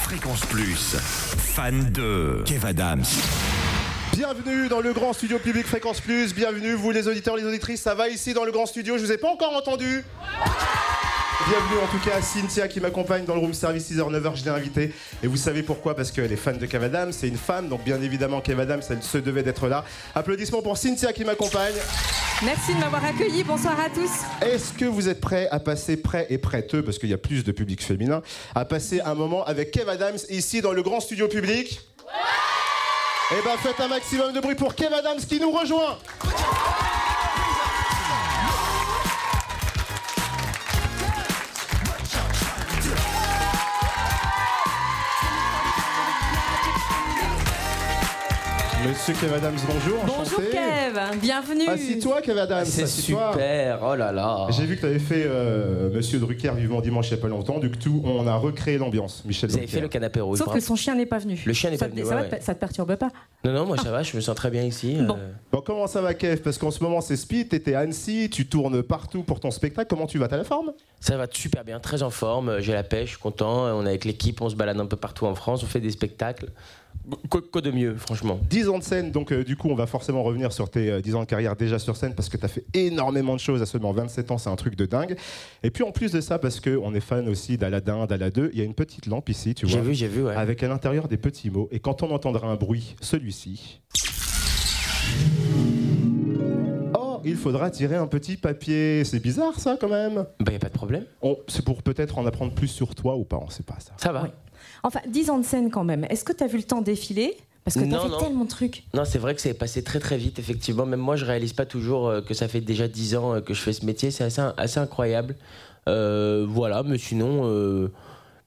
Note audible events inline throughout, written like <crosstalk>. Fréquence Plus, fan de Kev Adams. Bienvenue dans le grand studio public Fréquence Plus. Bienvenue, vous les auditeurs, les auditrices. Ça va ici dans le grand studio. Je vous ai pas encore entendu. Bienvenue en tout cas à Cynthia qui m'accompagne dans le room service 6h, 9h. Je l'ai invitée. Et vous savez pourquoi Parce qu'elle est fan de Kev Adams. C'est une femme. Donc bien évidemment, Kev Adams, elle se devait d'être là. Applaudissements pour Cynthia qui m'accompagne. Merci de m'avoir accueilli. Bonsoir à tous. Est-ce que vous êtes prêts à passer prêts et prêteux, parce qu'il y a plus de public féminin, à passer un moment avec Kev Adams ici dans le grand studio public Eh ben faites un maximum de bruit pour Kev Adams qui nous rejoint Monsieur Kev Adams, bonjour. Bonjour enchanté. Kev. Bienvenue. Assis-toi, Kev Adams. Ah, C'est assis-toi. super, oh là là. J'ai vu que tu avais fait euh, Monsieur Drucker vivement dimanche il n'y a pas longtemps. Du coup, on a recréé l'ambiance. Michel Vous avez Drucker. fait le canapé rouge. Sauf bravo. que son chien n'est pas venu. Le chien n'est Ça pas te- venu, Ça, ouais, va, ouais. ça te perturbe pas Non, non, moi ça va, je me sens très bien ici. Bon. euh. Bon, comment ça va, Kev Parce qu'en ce moment, c'est Speed, t'étais à Annecy, tu tournes partout pour ton spectacle. Comment tu vas T'as la forme Ça va super bien, très en forme, euh, j'ai la pêche, je suis content. euh, On est avec l'équipe, on se balade un peu partout en France, on fait des spectacles. Quoi, quoi de mieux, franchement 10 ans de scène, donc euh, du coup, on va forcément revenir sur tes euh, 10 ans de carrière déjà sur scène parce que t'as fait énormément de choses à seulement 27 ans, c'est un truc de dingue. Et puis en plus de ça, parce qu'on est fan aussi d'Aladin, d'Ala 2, il y a une petite lampe ici, tu vois. J'ai vu, j'ai vu, ouais. Avec à l'intérieur des petits mots. Et quand on entendra un bruit, celui-ci. Oh, il faudra tirer un petit papier. C'est bizarre ça quand même. Bah, y a pas de problème, On- C'est pour peut-être en apprendre plus sur toi ou pas, on sait pas ça. ça va. Ouais. Enfin, 10 ans de scène quand même. Est-ce que t'as vu le temps défiler Parce que t'as Non, fait non. tellement de trucs. Non, c'est vrai que c'est passé très très vite, effectivement. Même moi, je réalise pas toujours euh, que ça fait déjà 10 ans euh, que je fais ce métier. C'est assez, assez incroyable. Euh, voilà, mais sinon, euh,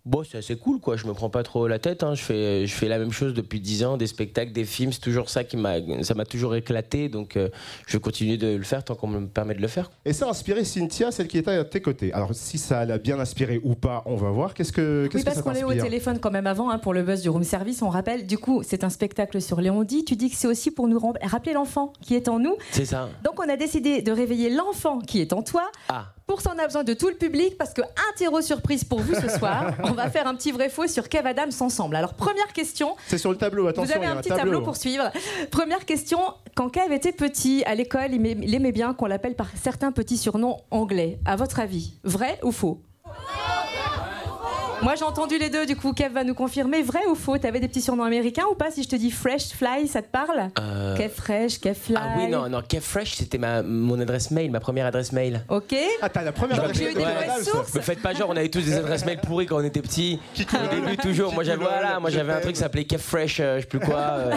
bon, c'est assez cool, quoi. Je me prends pas trop la tête. hein. Je, fais, je fais la même chose depuis 10 ans, des spectacles, des films. C'est toujours ça qui m'a, ça m'a toujours éclaté. Donc, euh, je vais continuer de le faire tant qu'on me permet de le faire. Et ça a inspiré Cynthia, celle qui était à tes côtés. Alors si ça l'a bien inspiré ou pas, on va voir. Qu'est-ce que Oui, qu'est-ce parce que ça qu'on est t'inspire au téléphone quand même avant hein, pour le buzz du room service, on rappelle. Du coup, c'est un spectacle sur Léon dit. Tu dis que c'est aussi pour nous ram- rappeler l'enfant qui est en nous. C'est ça. Donc, on a décidé de réveiller l'enfant qui est en toi. Ah, Pour ça, on a besoin de tout le public parce que interro surprise pour vous ce <laughs> soir. on va faire un petit vrai faux sur Kev Adams ensemble. Alors, première question. C'est sur le tableau. Attention, Vous avez il y a un petit tableau pour suivre. Première question. Quand Kev était petit, à l'école, il aimait- il aimait bien qu'on l'appelle par certains petits surnoms anglais. À votre avis, vrai ou faux Moi, j'ai entendu les deux, du coup, Kev va nous confirmer. Vrai ou faux T'avais des petits surnoms américains ou pas Si je te dis Fresh Fly, ça te parle euh, Kev Fresh, Kev Fly. ah oui, non, non. Kev Fresh, c'était ma, mon adresse mail, ma première adresse mail. Ok. Ah, t'as la première Donc, adresse j'ai eu de des Kev mauvaises Adams. sources. Me faites pas genre, on avait tous des adresses mail pourries quand on était petits. Au début, toujours. Moi, j'avais, Kikoulol, voilà, moi, je j'avais un t'aime. truc qui s'appelait Keffresh, euh, je sais plus quoi, euh,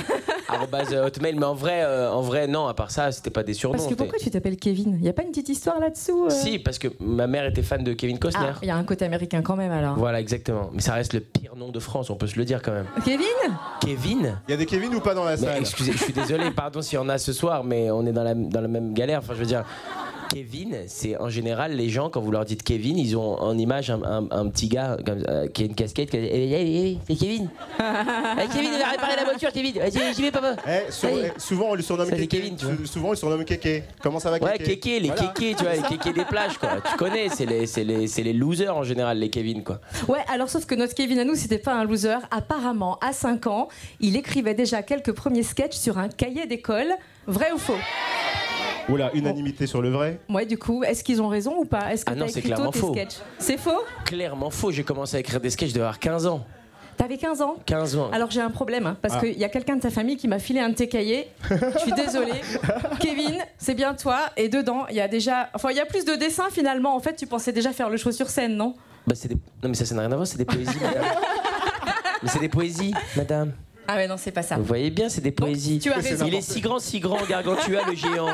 arobase, euh, hotmail. Mais en vrai, euh, en vrai, non, à part ça, c'était pas des surnoms. Parce que c'était- pourquoi tu t'appelles Kevin Il n'y a pas une petite histoire là-dessous euh Si, parce que ma mère était fan de Kevin Costner. Ah, il y a un côté américain quand même alors. Voilà, exactement. Mais ça reste le pire nom de France, on peut se le dire quand même. Kevin Kevin Il y a des Kevin ou pas dans la Mais salle excusez, je suis désolé, pardon s'il y en a ce soir, mais on est dans la, dans la même galère. Enfin, je veux dire, Kevin, c'est en général les gens, quand vous leur dites Kevin, ils ont en image un, un- un petit gars comme, euh, qui a une casquette. Qui a, Eh, eh, eh, eh, c'est Kevin. Eh, Kevin, il a réparé la voiture, Kevin. Eh, J'y j'y vais, papa. Eh, sou- Allez. eh, souvent on le surnomme Ça, c'est Kéké. Kevin, tu vois. Sou- Souvent on le surnomme Kéké. Comment ça va Ouais, Kéké Kéké, les Voilà. Kékés, tu vois, les Kékés des plages, quoi. Tu connais, c'est les, c'est les, c'est les losers en général, les Kevin, quoi. Ouais, alors sauf que notre Kevin à nous, c'était pas un loser. Apparemment, à 5 ans, il écrivait déjà quelques premiers sketchs sur un cahier d'école. Vrai ou faux Oula, Oh. unanimité sur le vrai. Ouais, du coup, est-ce qu'ils ont raison ou pas Est-ce que Ah t'as non, c'est écrit clairement tôt tes faux. sketchs C'est faux Clairement faux, j'ai commencé à écrire des sketchs, je devais avoir 15 ans. T'avais 15 ans 15 ans. alors j'ai un problème hein, parce Ah. qu'il y a quelqu'un de ta famille qui m'a filé un de tes cahiers. Je suis désolée. Kevin, c'est bien toi. Et dedans, il y a déjà, enfin, il y a plus de dessins finalement. En fait, tu pensais déjà faire le show sur scène, non Bah, c'est des... Non, mais ça, ça n'a rien à voir, c'est des poésies, madame. mais c'est des poésies, madame. Ah mais non, c'est pas ça. Vous voyez bien, c'est des poésies. tu as raison. Il est si grand, si grand, Gargantua <laughs> le géant,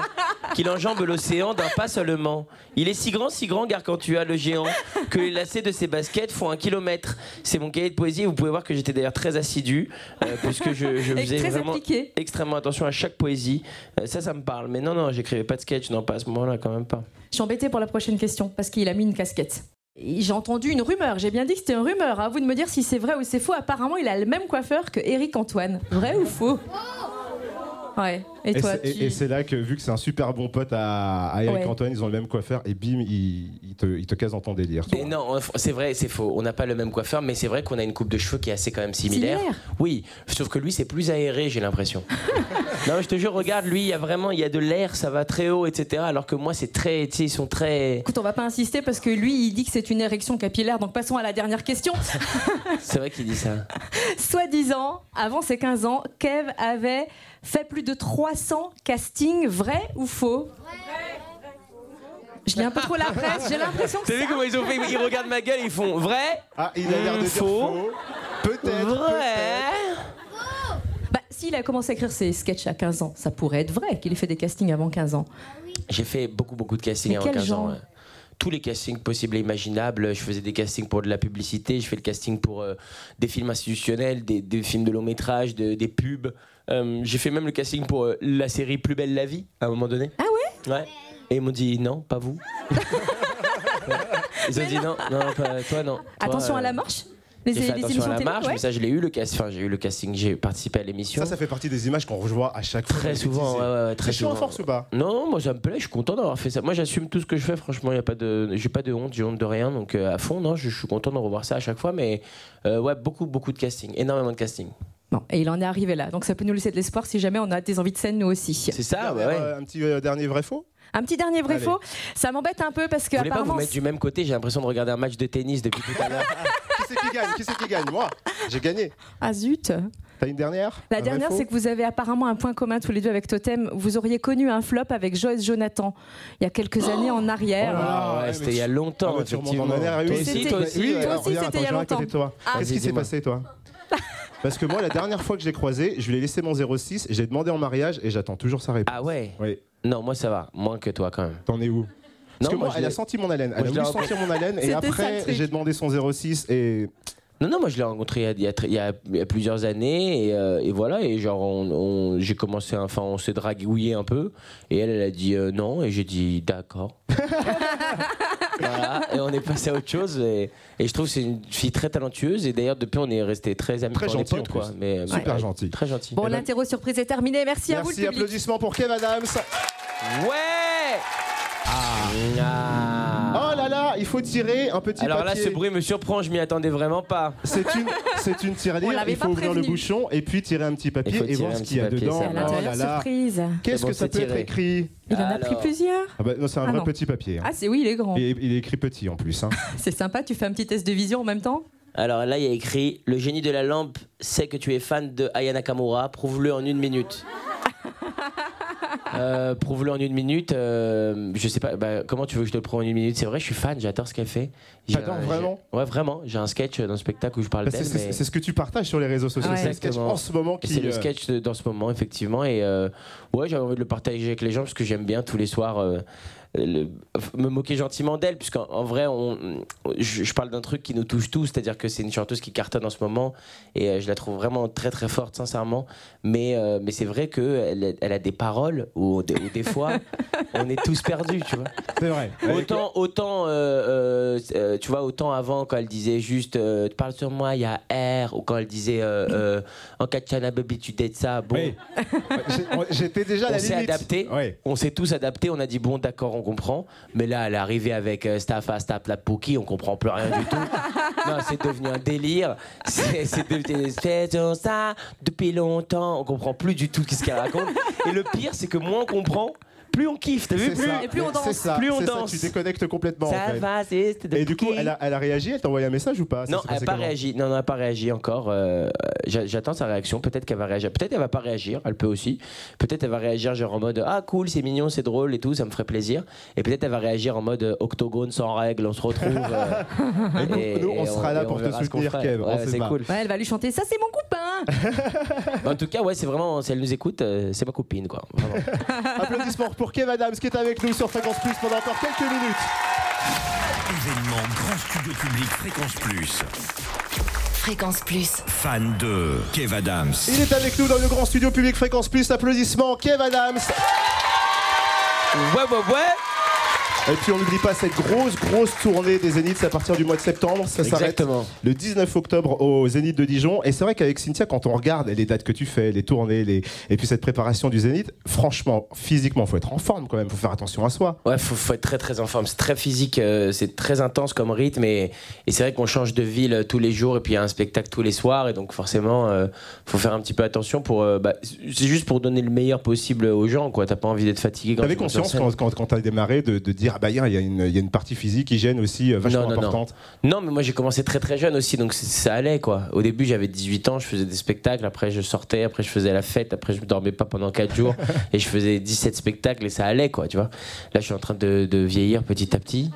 qu'il enjambe l'océan d'un pas seulement. Il est si grand, si grand, Gargantua le géant, que les lacets de ses baskets font un kilomètre. C'est mon cahier de poésie. et Vous pouvez voir que j'étais d'ailleurs très assidu, euh, puisque je, je Et faisais très vraiment appliqué. extrêmement attention à chaque poésie. Euh, ça, ça me parle. Mais non, non, j'écrivais pas de sketch, non, pas à ce moment-là, quand même pas. Je suis embêtée pour la prochaine question parce qu'il a mis une casquette. Et J'ai entendu une rumeur, j'ai bien dit que c'était une rumeur. À vous de me dire si c'est vrai ou c'est faux. Apparemment, il a le même coiffeur que Eric Antoine. Vrai ou faux Ouais. Et toi, c'est- et- tu- et c'est là que, vu que c'est un super bon pote à, à Eric Ouais. Antoine, ils ont le même coiffeur et bim, il, il te, il te case dans ton délire. tu Mais vois. non, on- c'est vrai, c'est faux. On n'a pas le même coiffeur, mais c'est vrai qu'on a une coupe de cheveux qui est assez quand même similaire. Similaire Oui, sauf que lui, c'est plus aéré, j'ai l'impression. non, mais je te jure, regarde, lui, il y a vraiment, il y a de l'air, ça va très haut, etc. Alors que moi, c'est très, tu sais, ils sont très. Écoute, on va pas insister parce que lui, il dit que c'est une érection capillaire. Donc passons à la dernière question. <laughs> C'est vrai qu'il dit ça. Soi-disant, avant ses 15 ans, Kev avait fait plus de 300 castings, vrai ou faux Je lis un peu trop la presse, j'ai l'impression que T'as c'est vu comment ils ont fait Ils regardent ma gueule, ils font vrai, Ah, il a l'air de Mmh, dire faux. faux. Peut-être. vrai. Bah, s'il a commencé à écrire ses sketchs à 15 ans, ça pourrait être vrai qu'il ait fait des castings avant 15 ans. J'ai fait beaucoup, beaucoup de castings Mais en quel 15 ans. genre ouais. Tous les castings possibles et imaginables. Je faisais des castings pour de la publicité, je fais le casting pour euh, des films institutionnels, des, des films de long métrage, de- des pubs. Euh, J'ai fait même le casting pour euh, la série Plus belle la vie à un moment donné. Ah ouais Ouais. Et ils m'ont dit non, <laughs> pas vous. Ouais. Ils ont dit non, non, pas- toi non. Toi, attention euh, à la marche les, J'ai fait les attention émissions à la télé, marche, ouais. mais ça je l'ai eu le casting. Enfin, j'ai eu le casting, j'ai participé à l'émission. Ça, ça fait partie des images qu'on revoit à chaque fois. Très souvent, ouais, ouais, ouais, très Je suis en souvent. force ou pas Non, moi ça me plaît, je suis content d'avoir fait ça. Moi j'assume tout ce que je fais, franchement, y a pas de, j'ai pas de honte, j'ai honte de rien, donc euh, à fond, non, je, je suis content de revoir ça à chaque fois, mais euh, ouais, beaucoup, beaucoup de casting, énormément de casting. Bon, et il en est arrivé là, donc ça peut nous laisser de l'espoir si jamais on a des envies de scène nous aussi. C'est ça, Ah, bah ouais. Dernière, ouais. euh, Un petit euh, dernier vrai faux Un petit dernier vrai Allez. faux, ça m'embête un peu parce que Vous voulez pas vous apparemment mettre du même côté J'ai l'impression de regarder un match de tennis depuis tout <laughs> à l'heure. Qui c'est qui gagne Qui c'est qui gagne Moi, j'ai gagné. Ah zut T'as une dernière La dernière, c'est que vous avez apparemment un point commun tous les deux avec Totem. Vous auriez connu un flop avec Joyce Jonathan il y a quelques années en Oh arrière. là Ah, ouais, ouais, mais c'était il y tu- a longtemps, tu remontes effectivement. en arrière, ah oui. Toi aussi, C'était- toi aussi. Oui, ouais. alors- aussi, regarde, attends, c'était il y a je vais arrêter longtemps. toi. Ah. Qu'est-ce Vas-y, qui s'est dis-moi. passé, toi Parce que moi, la dernière fois que je l'ai croisé, je lui ai laissé mon 06, j'ai demandé en mariage et j'attends toujours sa réponse. Ah ouais Oui, Non, moi ça va, moins que toi quand même. t'en es où Parce Non, que moi, je elle a l'ai- senti mon haleine. Moi, Elle a je l'ai voulu rencontré- sentir mon haleine et C'était ça, le après, truc. j'ai demandé son 06 et Non, non, moi je l'ai rencontré il y a- il y, a, très- il y a- il y a plusieurs années et, euh, et voilà et genre on, on- j'ai commencé enfin on s'est draguillé un peu et elle elle a dit euh, non et j'ai dit d'accord. voilà et on est passé à autre chose et, et je trouve que c'est une fille très talentueuse et d'ailleurs depuis on est resté très amis Très quand on est gentille, potes, en quoi plus. mais Super gentille. très gentil. Bon, Eh ben- l'interro surprise est terminée. Merci, à vous le merci, public. applaudissements pour Kev Adams. Ouais. Ah. Oh là là, il faut tirer un petit Alors là papier. ce bruit me surprend je m'y attendais vraiment pas. C'est une, c'est une On tirelire, l'avait il faut pas ouvrir le prévenu. bouchon et puis tirer un petit papier Il faut et voir tirer ce un qu'il y a petit papier, dedans. c'est À à Oh là l'intérieur, là. surprise. Qu'est-ce C'est que bon, ça c'est peut être tiré. écrit Il en a pris Alors. plusieurs. ah bah, non, C'est un Ah vrai non. petit papier. hein. Ah, c'est oui, il est grand. Et il est écrit petit en <laughs> plus. hein. C'est sympa, tu fais un petit test de vision en même temps. Alors là, il y a écrit Le génie de la lampe sait que tu es fan de Aya Nakamura, prouve-le en <laughs> une minute. Euh, prouve-le en une minute. euh, je sais pas, bah, comment tu veux que je te le prouve en une minute C'est vrai, je suis fan, j'adore ce qu'elle fait. J'ai T'adores un- vraiment j'ai- Ouais, vraiment. J'ai un sketch dans le spectacle où je parle Bah, d'elle. c'est- c'est mais- c'est ce que tu partages sur les réseaux sociaux. Ouais. C'est le sketch Exactement. en ce moment et qui. C'est le euh, sketch de- dans ce moment, effectivement. Et euh, ouais, j'avais envie de le partager avec les gens parce que j'aime bien tous les soirs euh, le- me moquer gentiment d'elle. Puisqu'en en vrai, on, je, je parle d'un truc qui nous touche tous, c'est-à-dire que c'est une chanteuse qui cartonne en ce moment. Et euh, je la trouve vraiment très très forte, sincèrement. Mais, euh, mais c'est vrai qu'elle elle a des paroles où, des- où des fois, on est tous perdus, tu vois. C'est vrai. Avec- <laughs> Autant, autant, euh, euh, euh, tu vois, autant avant quand elle disait juste, euh, parle sur moi, il y a R, ou quand elle disait, euh, euh, en Kachana baby, tu dates ça, bon. Oui. J'ai- J'étais déjà à la On limite. s'est adapté, Ouais. on s'est tous adaptés, on a dit bon d'accord on comprend, mais là elle est arrivée avec euh, Staffa, Staff, la Pouki, on comprend plus rien du tout. non, c'est devenu un délire, c'est c'est devenu faisons ça depuis longtemps, on comprend plus du tout ce qu'elle raconte. Et le pire c'est que moins on comprend, plus on kiffe, t'as vu C'est plus ça. Et plus on C'est danse. ça, Plus on c'est ça, danse. Tu déconnectes complètement. en Ça fait. va, c'est c'est de Et du coup, Pouki. elle a, elle a réagi, elle t'a envoyé un message ou pas Ah, Ça Non, s'est elle passé n'a pas comment réagi. Non, non, elle n'a pas réagi encore. Euh, j'a- J'attends sa réaction. Peut-être qu'elle va réagir. Peut-être qu'elle va pas réagir. Elle peut aussi. Peut-être elle va réagir genre en mode ah cool, c'est mignon, c'est drôle et tout, ça me ferait plaisir. Et peut-être elle va réagir en mode euh, octogone sans règles, on se retrouve. euh, <laughs> nous- nous, on sera là et pour te verra ce qu'on soutenir, fera. Kev, on Ouais, sait c'est pas. cool. Ouais, elle va lui chanter Ça, c'est mon copain En tout cas, ouais, c'est vraiment. Si elle nous écoute, euh, c'est ma copine quoi. Vraiment. Applaudissements pour Kev Adams qui est avec nous sur Fréquence Plus pendant encore quelques minutes. Événement Grand Studio Public Fréquence Plus. Fréquence Plus. Fan de Kev Adams. Il est avec nous dans le grand studio public Fréquence Plus. Applaudissements Kev Adams. ouais, ouais, ouais. Et puis on n'oublie Euh, pas cette grosse, grosse tournée des Zéniths à partir du mois de septembre. Ça s'arrête Exactement. le 19 octobre au Zénith de Dijon. Et c'est vrai qu'avec Cynthia, quand on regarde les dates que tu fais, les tournées, les... et puis cette préparation du Zénith, franchement, physiquement, faut être en forme quand même, faut faire attention à soi. Ouais, faut, faut être très très en forme. C'est très physique, euh, c'est très intense comme rythme et, et c'est vrai qu'on change de ville euh, tous les jours et puis il y a un spectacle tous les soirs et donc forcément euh, faut faire un petit peu attention pour. euh, bah, c'est juste pour donner le meilleur possible aux gens quoi. T'as pas envie d'être fatigué quand T'avais tu montes sur conscience scène. quand, quand, quand t'as démarré de, de dire, ah bah hier, il y, a une- il y a une partie physique, hygiène aussi euh, vachement Non, non, non. importante. <laughs> Non, mais moi j'ai commencé très très jeune aussi, donc c- ça allait quoi. Au début j'avais 18 ans, je faisais des spectacles, après je sortais, après je faisais la fête, après je dormais pas pendant <laughs> 4 jours et je faisais 17 spectacles et ça allait quoi, tu vois. Là je suis en train de, de vieillir petit à petit.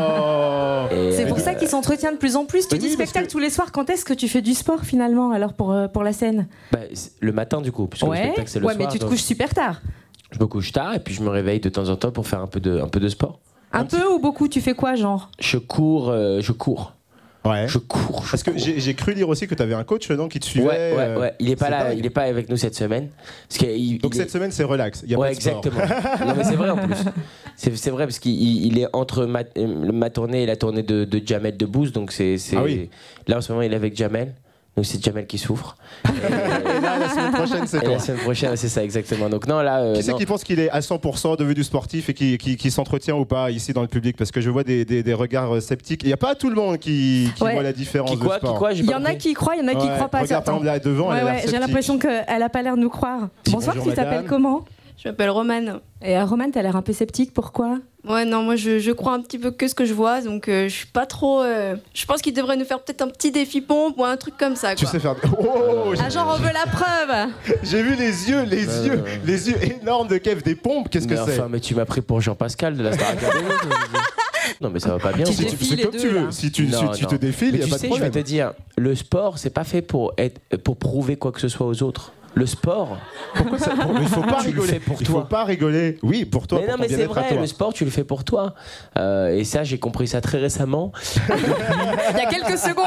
Oh. Et, C'est euh, pour ça qu'il s'entretient de plus en plus. Tu Oui, dis parce spectacle que- tous les soirs. Quand est-ce que tu fais du sport finalement alors pour, euh, pour la scène bah, c'est le matin du coup, puisque le Ouais, spectacle c'est le ouais mais soir, tu te donc couches super tard. Je me couche tard et puis je me réveille de temps en temps pour faire un peu de, un peu de sport. Un, peu ou beaucoup Tu fais quoi genre Je cours, euh, je cours, Ouais. je cours. je Parce que cours. j'ai j'ai cru lire aussi que t'avais un coach non, qui te Ouais, suivait. ouais, euh, ouais. Il est pas c'est là, dingue. il est pas avec nous cette semaine. Parce qu'il- Donc il est- cette semaine, c'est relax. Il y a ouais, pas de sport. exactement. non, mais c'est vrai <laughs> en plus. C'est c'est vrai parce qu'il il- il est entre ma, euh, ma tournée et la tournée de, de Jamel Debbouze. Donc c'est. c'est- Ah oui. Là en ce moment, il est avec Jamel. Donc c'est Jamel qui souffre. <laughs> Et là, la semaine prochaine, c'est Et toi. la semaine prochaine, c'est ça exactement. Donc non, là. euh, Qui c'est non. qui pense qu'il est à 100% devenu sportif et qui, qui, qui s'entretient ou pas ici dans le public Parce que je vois des, des, des regards euh, sceptiques. Il n'y a pas tout le monde qui, qui Ouais. voit la différence Qui de quoi, qui sport. quoi J'ai Il y pas en a compris. qui y croient, il y en a qui y Ouais, croient pas. Regarde, par Attends. exemple, là devant, Ouais, elle a ouais, l'air j'ai sceptique. l'impression qu'elle a pas l'air de nous croire. Dis Bonsoir, bonjour, tu t'appelles madame. comment Je m'appelle Romane. Et euh, Romane, t'as l'air un peu sceptique, pourquoi Ouais, non, moi je, je crois un petit peu que ce que je vois, donc euh, je suis pas trop. euh, Je pense qu'il devrait nous faire peut-être un petit défi pompe ou un truc comme ça. Tu quoi. sais faire. Oh, j'ai- Ah genre on veut la preuve j'ai vu les yeux, les Ouais, yeux, ouais, ouais. les yeux énormes de Kev, des pompes. Qu'est-ce que Mais c'est enfin, mais tu m'as pris pour Jean-Pascal de la Star Academy. <laughs> non, mais ça va pas bien. Tu c'est- Si tu- défiles C'est les comme deux, tu là. veux. Si tu, Non, si tu non. te défiles, il Mais n'y a tu pas sais, de je vais problème. te dire, le sport, c'est pas fait pour être, pour prouver quoi que ce soit aux autres. Le sport, Pourquoi ça- pour- <laughs> mais Il faut pas Tu le rigoler. fais pour il toi. faut pas rigoler. Oui, pour toi, mais pour non, ton mais c'est bien-être à vrai, toi. le sport, tu le fais pour toi. Euh, et ça, j'ai compris ça très récemment. Il y a quelques secondes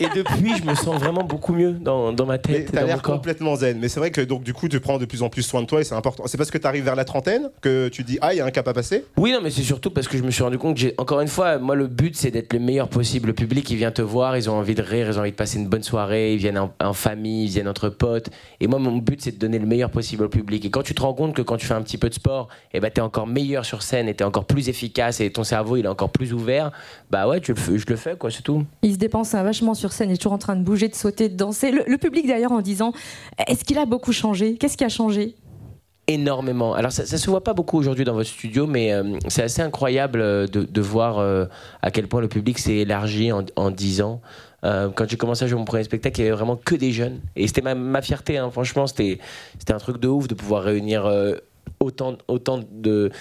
Et depuis, je me sens vraiment beaucoup mieux dans, dans ma Mais tête, et t'as dans mon l'air corps. complètement zen. Mais c'est vrai que donc du coup tu prends de plus en plus soin de toi et c'est important. C'est parce que t'arrives vers la trentaine que tu dis ah il y a un cap à passer. Oui, non, mais c'est surtout parce que je me suis rendu compte que j'ai, encore une fois, moi, le but, c'est d'être le meilleur possible. Le public, il vient te voir, ils ont envie de rire, ils ont envie de passer une bonne soirée, ils viennent en, en famille, ils viennent entre potes. Et moi, mon but, c'est de donner le meilleur possible au public. Et quand tu te rends compte que quand tu fais un petit peu de sport, et ben, t'es encore meilleur sur scène, et t'es encore plus efficace, et ton cerveau, il est encore plus ouvert, bah ouais, tu le fais- je le fais, quoi, c'est tout. Il se dépense hein, vachement sur scène, il est toujours en train de bouger, de sauter, de danser. Le, le public d'ailleurs en disant, est-ce qu'il a beaucoup changé Qu'est-ce qui a changé énormément. Alors ça, ça se voit pas beaucoup aujourd'hui dans votre studio, mais euh, c'est assez incroyable euh, de, de voir euh, à quel point le public s'est élargi en, en 10 ans. Euh, quand j'ai commencé à jouer mon premier spectacle, il y avait vraiment que des jeunes. Et c'était ma, ma fierté, hein. franchement, c'était c'était un truc de ouf de pouvoir réunir... euh, Autant, autant de, de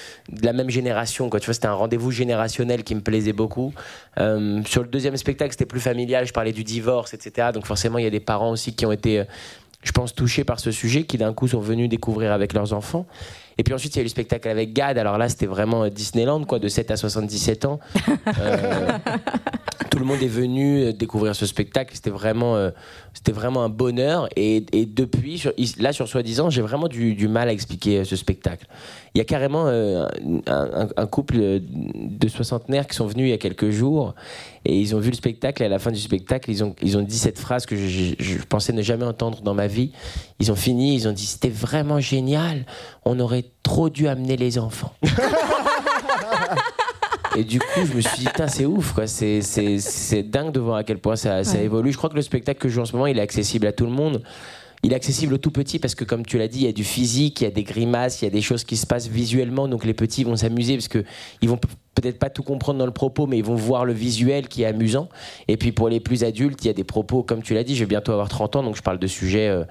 la même génération. Quoi. Tu vois, c'était un rendez-vous générationnel qui me plaisait beaucoup. Euh, sur le deuxième spectacle, c'était plus familial. Je parlais du divorce, etc. Donc forcément, il y a des parents aussi qui ont été euh, je pense, touchés par ce sujet, qui d'un coup sont venus découvrir avec leurs enfants. Et puis ensuite, il y a eu le spectacle avec Gad. Alors là, c'était vraiment euh, Disneyland, quoi, de 7 à 77 ans. Euh, tout le monde est venu euh, découvrir ce spectacle. C'était vraiment, euh, c'était vraiment un bonheur. Et, et depuis, sur- is- là, sur soi-disant, j'ai vraiment du, du mal à expliquer euh, ce spectacle. Il y a carrément euh, un, un- un couple euh, de soixantenaires qui sont venus il y a quelques jours et ils ont vu le spectacle. Et à la fin du spectacle, ils ont, ils ont dit cette phrase que je, je- je pensais ne jamais entendre dans ma vie. Ils ont fini, ils ont dit c'était vraiment génial. On aurait trop dû amener les enfants. Et du coup, je me suis dit, Putain, c'est ouf, quoi. C'est, c'est, c'est dingue de voir à quel point ça, ça Ouais. évolue. Je crois que le spectacle que je joue en ce moment, il est accessible à tout le monde. Il est accessible aux tout petits parce que, comme tu l'as dit, il y a du physique, il y a des grimaces, il y a des choses qui se passent visuellement. Donc les petits vont s'amuser parce que ils vont p- peut-être pas tout comprendre dans le propos, mais ils vont voir le visuel qui est amusant. Et puis pour les plus adultes, il y a des propos, comme tu l'as dit, je vais bientôt avoir 30 ans, donc je parle de sujets euh,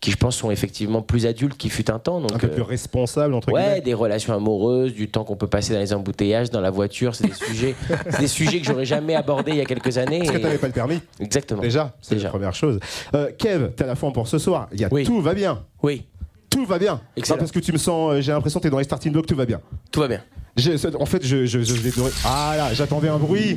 qui, je pense, sont effectivement plus adultes qu'il fut un temps. Donc, Un peu euh, plus responsable entre Ouais, guillemets. des relations amoureuses, du temps qu'on peut passer dans les embouteillages, dans la voiture, c'est <laughs> des sujets, c'est des sujets que j'aurais jamais abordés il y a quelques années. Parce que et- t'avais pas le permis Exactement. déjà. C'est la Déjà. première chose. Euh, Kev, t'es à la forme pour ce soir. Il y a Oui. tout va bien. Oui, Tout va bien. Excellent. Non, parce que tu me sens, euh, j'ai l'impression que t'es dans les starting blocks, tout va bien. tout va bien. J'ai- En fait, je, je, je l'ai doré. Ah là, j'attendais un bruit.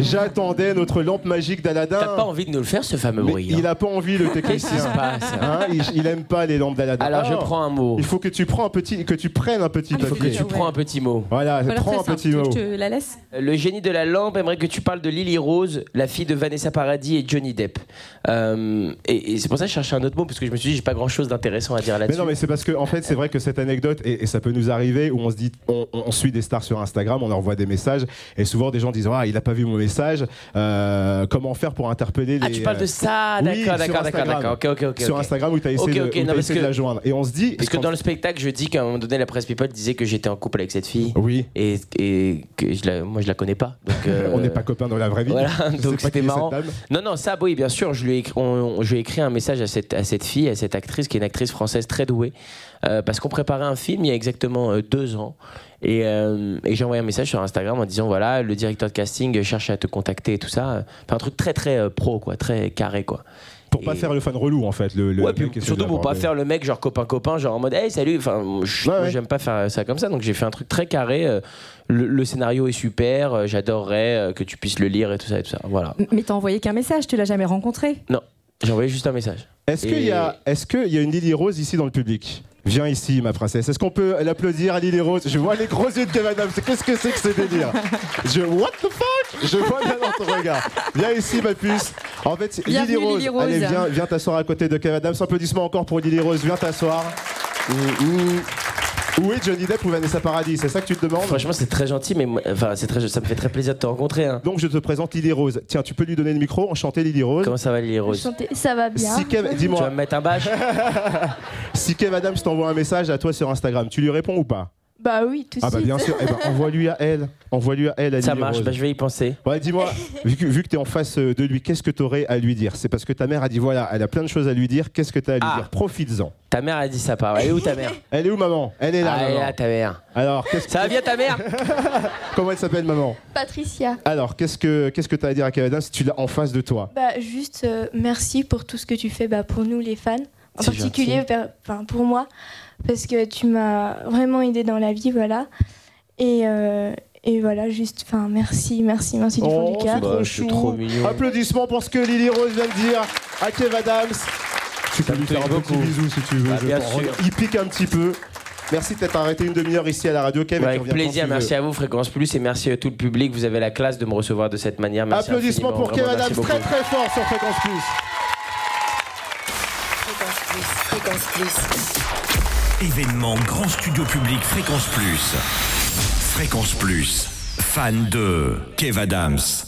J'attendais notre lampe magique d'Aladin. T'as pas envie de nous le faire, ce fameux Ah. Mais bruit. il hein. a pas envie, le Qu'est-ce qui se technicien. passe Hein, il, il aime pas les lampes d'Aladin. Alors, je Ah, prends un mot. Il faut que tu prends un petit, que tu prennes un petit Ah, Il faut que papier. tu prends un petit mot. Voilà, Voilà, prends un très petit simple. mot. Je te la laisse. Le génie de la lampe aimerait que tu parles de Lily Rose, la fille de Vanessa Paradis et Johnny Depp. Euh, et et c'est pour ça que je cherchais un autre mot, parce que je me suis dit, j'ai pas grand chose d'intéressant à dire Mais là-dessus. non, mais c'est parce que en fait, c'est vrai que cette anecdote et, et ça peut nous arriver où on se dit, on, on- on suit des stars sur Instagram, on leur envoie des messages et souvent des gens disent, ah, il a pas vu mon message. Euh, comment faire pour interpeller les Ah, tu parles euh, de ça oui, D'accord, sur d'accord, d'accord, Instagram. d'accord. Ok, ok, ok. sur ok. Instagram où tu as essayé, Ok, de- ok, où t'as non, parce essayé de que- la joindre et on se dit, Parce que dans le spectacle, je dis qu'à un moment donné, la presse people disait que j'étais en couple avec cette fille. oui, Et, et que je la- moi, je la connais pas. Donc, euh, <laughs> on n'est pas copains dans la vraie vie. voilà, Je sais donc pas qui c'était est cette marrant. dame. Non, non, ça, oui, bien sûr, je lui ai écrit, on- on- je lui ai écrit un message à cette, à cette fille, à cette actrice, qui est une actrice française très douée, euh, parce qu'on préparait un film il y a exactement euh, deux ans. Et, euh, et j'ai envoyé un message sur Instagram en disant voilà, le directeur de casting cherche à te contacter et tout ça. Enfin, un truc très, très euh, pro, quoi, très carré, quoi. Pour pas Et- faire le fan relou en fait. Le, le Ouais, le puis mec qui essaie surtout de pour pas l'aborder. faire le mec genre copain copain genre en mode hey salut enfin je- Ouais, moi, ouais. j'aime pas faire ça comme ça donc j'ai fait un truc très carré euh, le, le scénario est super euh, j'adorerais euh, que tu puisses le lire et tout ça et tout ça voilà Mais t'as envoyé qu'un message, tu l'as jamais rencontré. j'ai envoyé juste un message Est-ce qu'il y, a- est-ce qu'il y a une Lily Rose ici dans le public Viens ici, ma princesse. Est-ce qu'on peut l'applaudir à Lily Rose Je vois les gros yeux de madame. C'est- Qu'est-ce que c'est que ce délire Je what the fuck Je vois bien dans ton regard. Viens ici, ma puce. En fait, Lily Bienvenue, Rose. Lily Rose. Allez, viens, viens t'asseoir à côté de Kev Adams. Applaudissements encore pour Lily Rose. Viens t'asseoir. Où est Johnny Depp ou Vanessa Paradis C'est ça que tu te demandes franchement c'est très gentil mais moi- enfin c'est très ça me fait très plaisir de te rencontrer hein. Donc je te présente Lily Rose. Tiens, tu peux lui donner le micro, enchanter Lily Rose. comment ça va Lily Rose Chanter, ça va bien. Si Kev, tu vas dis-moi, me mettre un bâche si Kev Adams t'envoie un message à toi sur Instagram, tu lui réponds ou pas Bah oui, tout de Ah bah suite. bien sûr, eh ben, envoie-lui à elle. Envoie-lui à elle, à ça Lily marche Rose. bah, je vais y penser Ouais, dis-moi, vu que, vu que tu es en face euh, de lui, qu'est-ce que tu aurais à lui dire C'est parce que ta mère a dit voilà, elle a plein de choses à lui dire, qu'est-ce que tu as à lui Ah. dire Profites-en. ta mère a dit ça par elle est où ta mère Elle est où, maman Elle est là. ah elle est maman. là ta mère Alors, qu'est-ce- ça va bien ta mère comment elle s'appelle, maman Patricia. Alors, qu'est-ce que qu'est-ce que tu as à dire à Kevin si tu l'as en face de toi Bah juste euh, merci pour tout ce que tu fais bah, pour nous les fans, en C'est particulier per- enfin, pour moi, parce que tu m'as vraiment aidé dans la vie, voilà. Et, euh, et voilà, juste, enfin merci, merci, merci du fond Oh, du c'est cœur. Trop Bah, je suis chou. trop mignon Applaudissements pour ce que Lily Rose vient de dire à Kev Adams. Tu peux me lui faire un touche petit beaucoup. bisou si tu veux. Ah, je bien t'en sûr. Il pique un petit peu. Merci d'être arrêté une demi-heure ici à la radio, Kev. et Ouais, tu avec reviens quand plaisir, tu veux. merci à vous Fréquence Plus et merci à tout le public. Vous avez la classe de me recevoir de cette manière. Merci Applaudissements infiniment, pour Kev vraiment, Adams, merci très beaucoup. très fort sur Fréquence Plus. Fréquence Plus, Fréquence Plus, Événement Grand Studio Public Fréquence Plus. Fréquence Plus. Fan de Kev Adams.